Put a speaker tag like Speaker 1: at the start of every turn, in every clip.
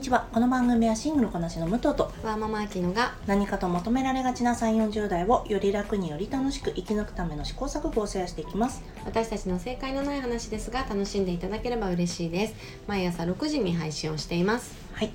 Speaker 1: ちはこの番組はシングルこなしの武藤と
Speaker 2: わーママアキノが
Speaker 1: 何かと求められがちな3 4 0代をより楽により楽しく生き抜くための試行錯誤をシェアしていきます
Speaker 2: 私たちの正解のない話ですが楽しんでいただければ嬉しいです毎朝6時に配信をしています
Speaker 1: はい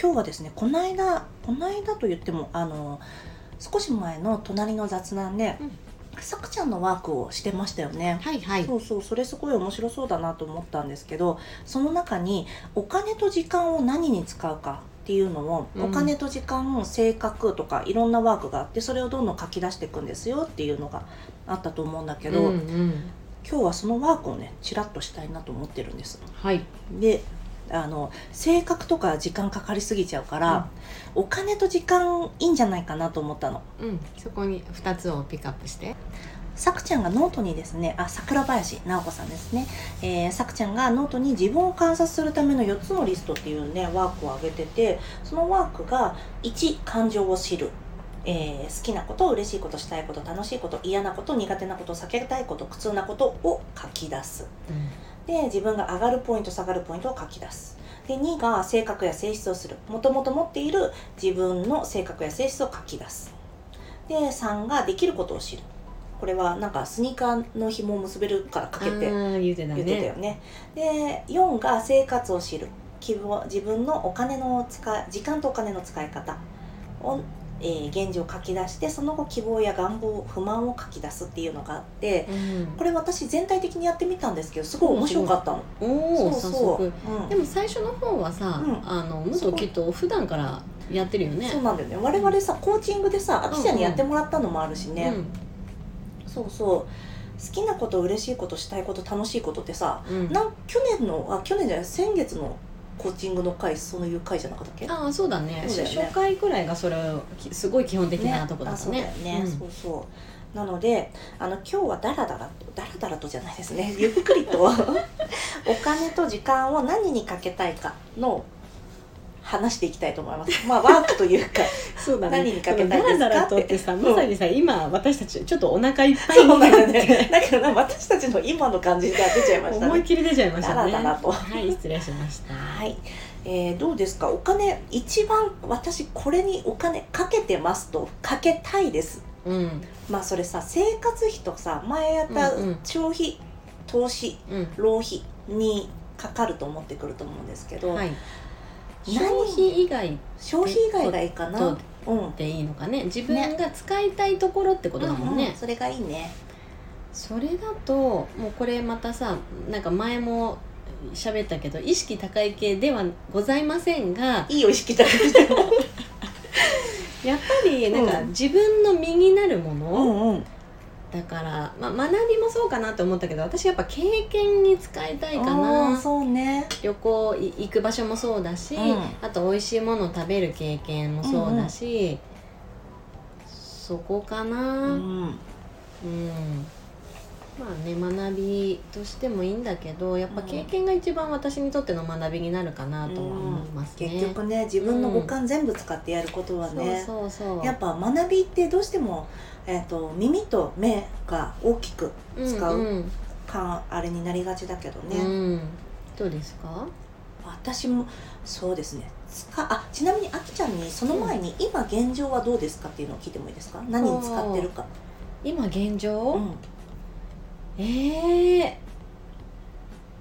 Speaker 1: 今日はですねこの間この間と言ってもあの少し前の隣の雑談で、
Speaker 2: うん
Speaker 1: さくちゃんのワークをしてましたよね
Speaker 2: はいはい
Speaker 1: そうそうそれすごい面白そうだなと思ったんですけどその中にお金と時間を何に使うかっていうのを、
Speaker 2: うん
Speaker 1: お金と時間を性格とかいろんなワークがあってそれをどんどん書き出していくんですよっていうのがあったと思うんだけど、
Speaker 2: うんうん
Speaker 1: 今日はそのワークをねチラッとしたいなと思ってるんです
Speaker 2: はい
Speaker 1: であの性格とか時間かかりすぎちゃうから、お金と時間いいんじゃないかなと思ったの
Speaker 2: うんそこに2つをピックアップして
Speaker 1: さくちゃんがノートにですねあ桜林直子さんですね、えー、さくちゃんがノートに自分を観察するための4つのリストっていうねワークを挙げててそのワークが1感情を知る、えー好きなこと嬉しいことしたいこと楽しいこと嫌なこと苦手なこと避けたいこと苦痛なことを書き出すで自分が上がるポイント下がるポイントを書き出すで2が性格や性質をするもともと持っている自分の性格や性質を書き出すで3ができることを知るこれはなんかスニーカーの紐を結べるからかけて
Speaker 2: あー言うてた
Speaker 1: 言ってたよ
Speaker 2: ね
Speaker 1: ねで4が生活を知る希望自分のお金の使い時間とお金の使い方を、えー現状を書き出してその後希望や願望不満を書き出すっていうのがあって
Speaker 2: うん
Speaker 1: これ私全体的にやってみたんですけどすごい面白かったの。
Speaker 2: おお早速
Speaker 1: うん
Speaker 2: でも最初の方はさ、
Speaker 1: うん
Speaker 2: あの武藤きっと普段からやってるよね
Speaker 1: そうなんだよね我々さコーチングでさあきちゃんにやってもらったのもあるしね、そうそう好きなこと嬉しいことしたいこと楽しいことってさ
Speaker 2: うんうん、
Speaker 1: なん去年のあ去年じゃない先月のコーチングの回そういう回じゃなかったっけ
Speaker 2: ああそうだね
Speaker 1: そうだよね
Speaker 2: 初回くらいがそれをきすごい基本的なとこだ
Speaker 1: あ
Speaker 2: った
Speaker 1: そうだ
Speaker 2: ね
Speaker 1: よね、
Speaker 2: うん
Speaker 1: そうそうなのであの今日はダラダラとダラダラとじゃないですねゆ っくり とお金と時間を何にかけたいかの話していきたいと思いますまあワークというか
Speaker 2: そうだね
Speaker 1: 何にかけたいですかって
Speaker 2: ダラダラとってさまさにさ、今私たちちょっとお腹いっぱい
Speaker 1: そう
Speaker 2: に
Speaker 1: な
Speaker 2: なん
Speaker 1: だよ
Speaker 2: っ
Speaker 1: ね
Speaker 2: て
Speaker 1: だからな私たちの今の感じで当てちゃいました
Speaker 2: 思い
Speaker 1: ね
Speaker 2: っきり出ちゃいましたね
Speaker 1: ダラダラと
Speaker 2: はい失礼しました
Speaker 1: はい、えーどうですかお金一番私これにお金かけてますとかけたいです
Speaker 2: うん
Speaker 1: まあそれさ生活費とさ前やった
Speaker 2: うんうん
Speaker 1: 消費、投資
Speaker 2: うん
Speaker 1: 浪費にかかると思ってくると思うんですけど、
Speaker 2: はい
Speaker 1: 何
Speaker 2: 消費以外
Speaker 1: 消費以外がいいかな
Speaker 2: と
Speaker 1: うん、
Speaker 2: でいいのかね自分が使いたいところってことだもんね、
Speaker 1: うんうんそれがいいね
Speaker 2: それだともうこれまたさなんか前も喋ったけど意識高い系ではございませんが
Speaker 1: いいよ意識高くしても
Speaker 2: やっぱりなんか
Speaker 1: うん
Speaker 2: 自分の身になるも
Speaker 1: う
Speaker 2: の、
Speaker 1: んうん
Speaker 2: だから、まあ、学びもそうかなって思ったけど私やっぱ経験に使いたいか
Speaker 1: うん
Speaker 2: な
Speaker 1: そうね
Speaker 2: 旅行い行く場所もそうだし、
Speaker 1: うん
Speaker 2: あと美味しいものを食べる経験もそうだし、そこか
Speaker 1: う
Speaker 2: なうん、
Speaker 1: ん
Speaker 2: まあね学びとしてもいいんだけどやっぱ経験が一番私にとっての学びになるかなとは思いますね、
Speaker 1: 結局ね自分の五感全部使ってやることはね、
Speaker 2: そうそうそう
Speaker 1: やっぱ学びってどうしても、えー、と耳と目が大きく使う
Speaker 2: うんうん
Speaker 1: かあれになりがちだけどね、
Speaker 2: うんどうですか
Speaker 1: 私もそうですねつかあちなみにあきちゃんにその前に、今現状はどうですかっていうのを聞いてもいいですか何に使ってるか、
Speaker 2: 今現状、
Speaker 1: うん、
Speaker 2: ええ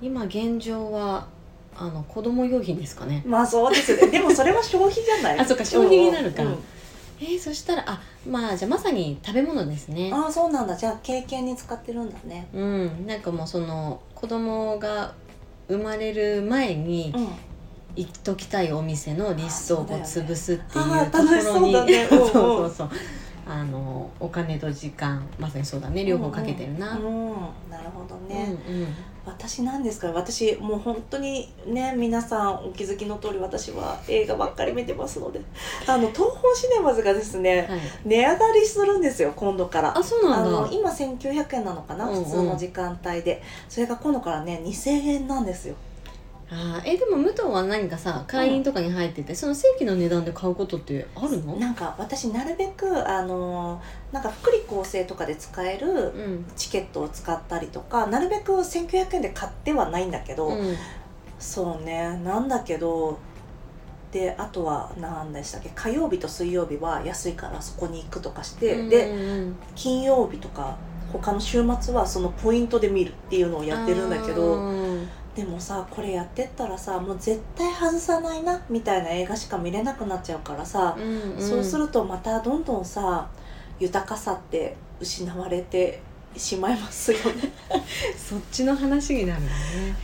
Speaker 2: 今現状はあの子供用品ですかね
Speaker 1: まあそうです ねでもそれは消費じゃない
Speaker 2: あそっか消費になるか
Speaker 1: うん
Speaker 2: えー、そしたらあまあじゃあまさに食べ物ですね
Speaker 1: ああそうなんだじゃあ経験に使ってるんだね
Speaker 2: うんなんかもうその子供が生まれる前に
Speaker 1: うん
Speaker 2: 行っときたいお店のリストをこう
Speaker 1: あそうだよね
Speaker 2: 潰すってい
Speaker 1: あ
Speaker 2: う
Speaker 1: ー
Speaker 2: ところ
Speaker 1: 楽しそう
Speaker 2: に、
Speaker 1: だね
Speaker 2: そう
Speaker 1: うん
Speaker 2: そううんそうあのお金と時間まさにそうだね両方かけてるな、
Speaker 1: うんなるほどね、
Speaker 2: うんうん
Speaker 1: 私なんですから私もう本当にね皆さんお気づきの通り私は映画ばっかり見てますのであの東宝シネマズがですね
Speaker 2: はい、
Speaker 1: 値上がりするんですよ今度から
Speaker 2: あそうなんだ
Speaker 1: の今1900円なのかな
Speaker 2: うんうん
Speaker 1: 普通の時間帯でそれが今度からね2000円なんですよ
Speaker 2: あーえでも武藤は何かさ会員とかに入ってて、その正規の値段で買うことってあるの
Speaker 1: なんか私なるべくあのなんか福利厚生とかで使える
Speaker 2: うん、
Speaker 1: チケットを使ったりとかなるべく1900円で買ってはないんだけど、
Speaker 2: うん、
Speaker 1: そうねなんだけどであとは何でしたっけ火曜日と水曜日は安いからそこに行くとかして、
Speaker 2: うん
Speaker 1: で
Speaker 2: うん
Speaker 1: 金曜日とか他の週末はそのポイントで見るっていうのをやってるんだけ
Speaker 2: あ
Speaker 1: ど
Speaker 2: ー
Speaker 1: でもさこれやってったらさもう絶対外さないなみたいな映画しか見れなくなっちゃうからさ、
Speaker 2: うんうん
Speaker 1: そうするとまたどんどんさ豊かさって失われてしまいますよ ね
Speaker 2: そっちの話になるよね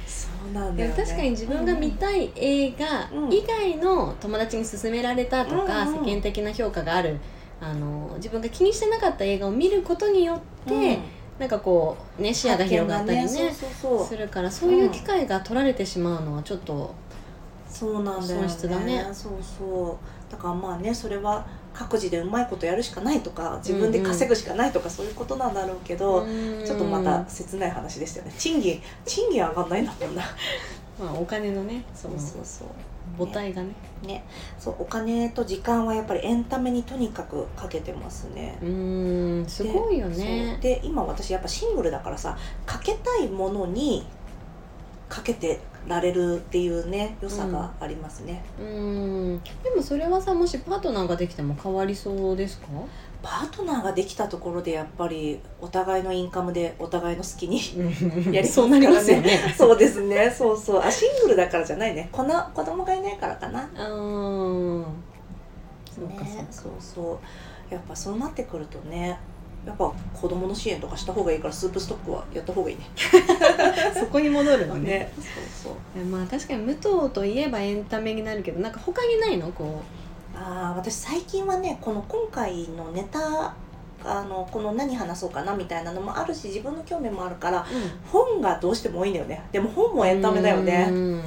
Speaker 1: そうなんだ
Speaker 2: で
Speaker 1: よ
Speaker 2: も
Speaker 1: ね
Speaker 2: 確かに自分が見たい映画
Speaker 1: うん
Speaker 2: 以外の友達に勧められたとか
Speaker 1: うんうん
Speaker 2: 世間的な評価があるあの自分が気にしてなかった映画を見ることによって、
Speaker 1: うん
Speaker 2: なんかこうね視野が広がったりね
Speaker 1: 発見がそうそうそ
Speaker 2: す
Speaker 1: う
Speaker 2: るからそういう機会が取られてしまうのはちょっと、
Speaker 1: そうなんだよ
Speaker 2: 損失だね
Speaker 1: そうそうだからまあねそれは各自でうまいことやるしかないとか自分で稼ぐしかないとかそういうことなんだろうけど、
Speaker 2: うん
Speaker 1: ちょっとまた、切ない話でしたよね賃金賃金上がんないんだもんな
Speaker 2: まあ、お金のねその
Speaker 1: うそう
Speaker 2: 母体がね
Speaker 1: ねそうお金と時間はやっぱりエンタメにとにかくかけてますね
Speaker 2: うーんすごいよね
Speaker 1: そうで今私やっぱシングルだからさかけたいものにかけてられるっていうね良さがありますね、
Speaker 2: うーんでもそれはさもしパートナーができても変わりそうですか
Speaker 1: パートナーができたところでやっぱりお互いのインカムでお互いの好きに やりますからね
Speaker 2: そうなりますよ ね
Speaker 1: そうですねそうそうあシングルだからじゃないねこの子供がいないからかな
Speaker 2: うーんそうかそう
Speaker 1: ね
Speaker 2: か
Speaker 1: そうそうやっぱそうなってくるとねやっぱ子供の支援とかした方がいいからスープストックはやった方がいいね
Speaker 2: そこに戻るのね
Speaker 1: ねそうそう
Speaker 2: まあ確かに武藤といえばエンタメになるけどなんか他にないのこ
Speaker 1: ああ私最近はねこの今回のネタあのこの何話そうかなみたいなのもあるし自分の興味もあるから
Speaker 2: う、うん
Speaker 1: 本がどうしても多いんだよねでも本もエンタメだよね
Speaker 2: うん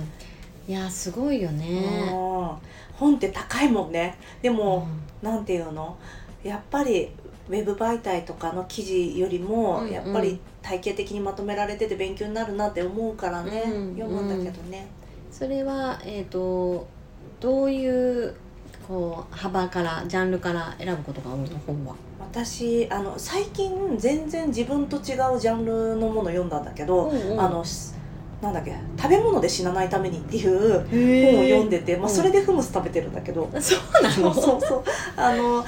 Speaker 2: いやすごいよね
Speaker 1: うん本って高いもんねでも、なんていうのやっぱりウェブ媒体とかの記事よりも、
Speaker 2: うんうん
Speaker 1: やっぱり体系的にまとめられてて勉強になるなって思うからね、
Speaker 2: うんうん
Speaker 1: 読むんだけどね、
Speaker 2: それはえっ、とどういうこう幅からジャンルから選ぶことが多いの本は
Speaker 1: 私あの最近全然自分と違うジャンルのもの読んだんだけど、あのしなんだっけ食べ物で死なないためにっていう本を
Speaker 2: 本
Speaker 1: 読んでて、ま
Speaker 2: うん
Speaker 1: あ、それでフムス食べてるんだけど、
Speaker 2: そうな
Speaker 1: そ
Speaker 2: の
Speaker 1: うそうそうあの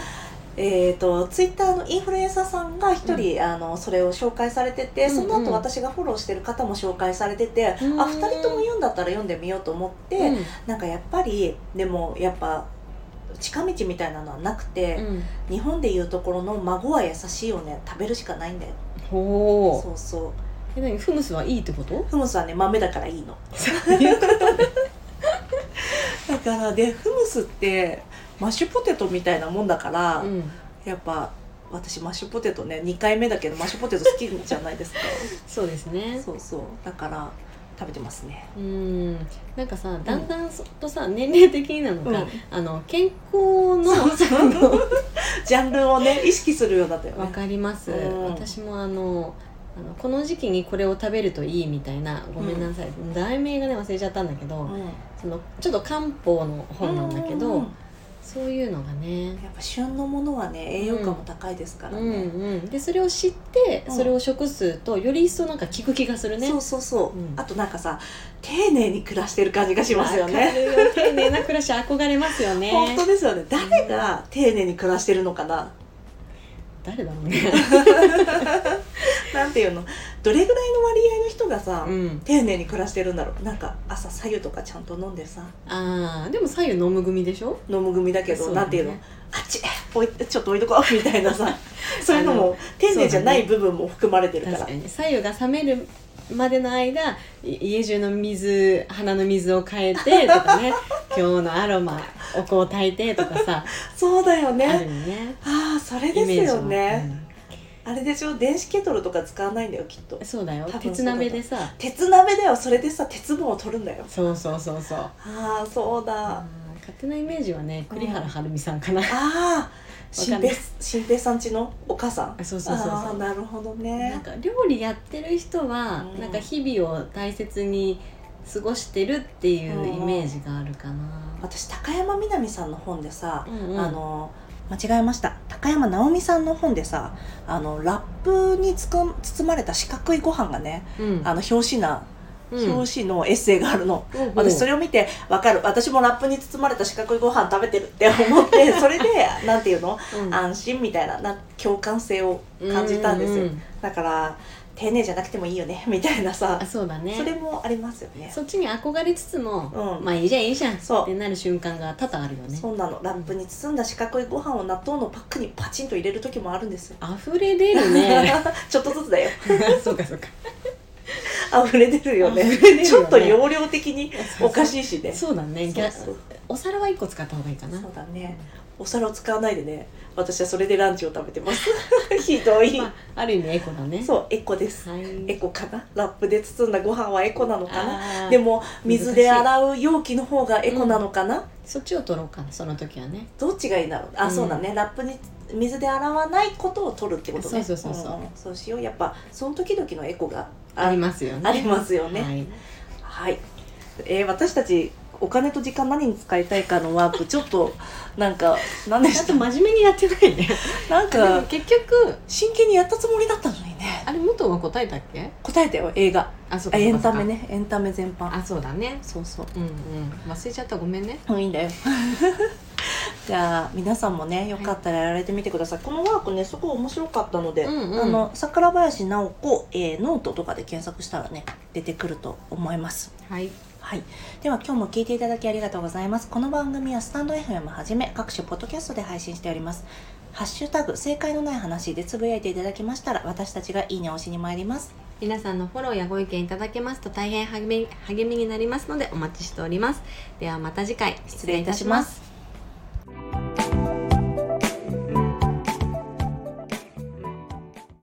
Speaker 1: えー、とツイッターのインフルエンサーさんが一人、あのそれを紹介されてて、
Speaker 2: うんう
Speaker 1: そ
Speaker 2: ん
Speaker 1: の後私がフォローしてる方も紹介されてて、
Speaker 2: うん
Speaker 1: あ二人とも読んだったら読んでみようと思って、
Speaker 2: うん
Speaker 1: なんかやっぱりでもやっぱ近道みたいなのはなくて、
Speaker 2: うん
Speaker 1: 日本でいうところの「孫は優しいよね食べるしかないんだよ」
Speaker 2: ほ
Speaker 1: そうそう
Speaker 2: うえ何フムスはいいってこと
Speaker 1: フムスはね豆だからいいの
Speaker 2: そういうこと
Speaker 1: だからでフムスってマッシュポテトみたいなもんだから、
Speaker 2: うん
Speaker 1: やっぱ私マッシュポテトね2回目だけどマッシュポテト好きじゃない ですか
Speaker 2: そうですね
Speaker 1: そうそうだから食べてますね
Speaker 2: うんなんかさだんだんそとさ、年齢的になのか、
Speaker 1: うん
Speaker 2: あの健康の
Speaker 1: そうそう
Speaker 2: あの
Speaker 1: ジャンルをね意識するようになったよ
Speaker 2: わ
Speaker 1: ね
Speaker 2: かります、
Speaker 1: うん
Speaker 2: 私もあのあのこの時期にこれを食べるといいみたいなごめんなさい、題名がね忘れちゃったんだけど、
Speaker 1: う
Speaker 2: そのちょっと漢方の本なんだけど、
Speaker 1: ううん
Speaker 2: そういうのがね
Speaker 1: やっぱ旬のものはね栄養価も高いですから
Speaker 2: う
Speaker 1: ね、
Speaker 2: んうん、でそれを知って、
Speaker 1: うん
Speaker 2: それを食すとより一層なんか効く気がするね
Speaker 1: そうそうそう、
Speaker 2: うん
Speaker 1: あとなんかさ丁寧に暮らしてる感じがしますよ
Speaker 2: わ
Speaker 1: ね
Speaker 2: かるよ丁寧な暮らし憧れますよね
Speaker 1: 本当ですよね誰が丁寧に暮らしてるのかな
Speaker 2: 誰だろうね、
Speaker 1: なんていうのどれぐらいの割合の人がさ、
Speaker 2: うん、
Speaker 1: 丁寧に暮らしてるんだろうなんか朝白湯とかちゃんと飲んでさ
Speaker 2: あーでも左右飲む組でしょ
Speaker 1: 飲む組だけど
Speaker 2: そうだね
Speaker 1: なんていうのあっちおいちょっと置いとこうみ たいな さそういうのも丁寧じゃない部分も含まれてるから
Speaker 2: 確かに左右が冷めるまでの間い家中の水花の水を変えてとか ね今日のアロマお香を炊いてとかさ
Speaker 1: そうだよ
Speaker 2: あ
Speaker 1: ね
Speaker 2: るよね
Speaker 1: ああそれ
Speaker 2: イ
Speaker 1: です
Speaker 2: メージ
Speaker 1: よ
Speaker 2: は
Speaker 1: ね、、あれでしょ電子ケトルとか使わないんだよきっと
Speaker 2: うんそうだよ
Speaker 1: 多分そうだ
Speaker 2: 鉄鍋でさ
Speaker 1: 鉄鍋だよそれでさ鉄分を取るんだよ
Speaker 2: そうそうそうそう
Speaker 1: ああそうだ、
Speaker 2: あー勝手なイメージはね栗原はるみさんかな、
Speaker 1: ああ新
Speaker 2: わかんな
Speaker 1: 平
Speaker 2: い
Speaker 1: 新平さんちのお母さん
Speaker 2: そうそうそうそう
Speaker 1: ああなるほど
Speaker 2: なん
Speaker 1: ね
Speaker 2: か料理やってる人は、
Speaker 1: うん
Speaker 2: なんか日々を大切に過ごしてるっていうイメージがあるかな、
Speaker 1: 私高山みなみさんの本でさ、
Speaker 2: うんうん
Speaker 1: あの間違えました高山直美さんの本でさあのラップにつく包まれた四角いご飯がね
Speaker 2: うん
Speaker 1: あの表紙な
Speaker 2: うん
Speaker 1: 表紙のエッセイがあるの、
Speaker 2: うん
Speaker 1: 私それを見てわかる私もラップに包まれた四角いご飯食べてるって思って それでなんていうの
Speaker 2: うん
Speaker 1: 安心みたいなな共感性を感じたんですよ、
Speaker 2: うう
Speaker 1: だから丁寧じゃなくてもいいよねみたいなさ
Speaker 2: あ、そうだね
Speaker 1: それもありますよね
Speaker 2: そっちに憧れつつも、
Speaker 1: うん
Speaker 2: まあいいじゃんいいじゃんっ
Speaker 1: そう
Speaker 2: てなる瞬間が多々あるよね
Speaker 1: そうなのラップに包んだ四角いご飯を納豆のパックにパチンと入れる時もあるんですよ
Speaker 2: 溢れ出るね
Speaker 1: ちょっとずつだよ
Speaker 2: そうかそうか
Speaker 1: 溢れ出るよね
Speaker 2: 溢れ出るよね
Speaker 1: ちょっと容量的におかしいしね
Speaker 2: そうだね
Speaker 1: そうそう
Speaker 2: お皿は一個使った方がいいかな
Speaker 1: そうだねお皿を使わないでね私はそれでランチを食べてます ひどい、
Speaker 2: まあ、ある意味エコだね
Speaker 1: そうエコです
Speaker 2: はい
Speaker 1: エコかなラップで包んだご飯はエコなのかな
Speaker 2: あー
Speaker 1: でも水で
Speaker 2: 難しい
Speaker 1: 洗う容器の方がエコなのかな、
Speaker 2: そっちを取ろうかその時はね
Speaker 1: どっちがいいんだろうあ、
Speaker 2: うん
Speaker 1: そうだねラップに水で洗わないことを取るってことね
Speaker 2: そうそうそうそうん
Speaker 1: そうしようやっぱその時々のエコが
Speaker 2: ありますよね
Speaker 1: ありますよね
Speaker 2: はい、
Speaker 1: はい、えー私たちお金と時間何に使いたいかのワ ークちょっとなんか何で
Speaker 2: ちゃ
Speaker 1: し
Speaker 2: んと
Speaker 1: た
Speaker 2: 真面目にやってないね
Speaker 1: なんか
Speaker 2: 結局
Speaker 1: 真剣にやったつもりだったのにね
Speaker 2: あれ元は答えたっけ
Speaker 1: 答えてよ映画
Speaker 2: あそう
Speaker 1: あ
Speaker 2: か
Speaker 1: エ
Speaker 2: そう
Speaker 1: ン
Speaker 2: かそ
Speaker 1: タ
Speaker 2: うか
Speaker 1: メねエンタメ全般
Speaker 2: あそうだね
Speaker 1: そうそう
Speaker 2: うんうん忘れちゃったごめんね
Speaker 1: もういいんだよ じゃあ皆さんもねよかったらやられてみてください、このワークねすごい面白かったので、
Speaker 2: うんうん
Speaker 1: あの桜林直子、えーノートとかで検索したらね出てくると思います
Speaker 2: はい
Speaker 1: はい、では今日も聞いていただきありがとうございますこの番組はスタンド FM はじめ各種ポッドキャストで配信しておりますハッシュタグ正解のない話でつぶやいていただきましたら私たちがいいねをしに参ります
Speaker 2: 皆さんのフォローやご意見いただけますと大変励み励みになりますのでお待ちしておりますではまた次回
Speaker 1: 失礼いたします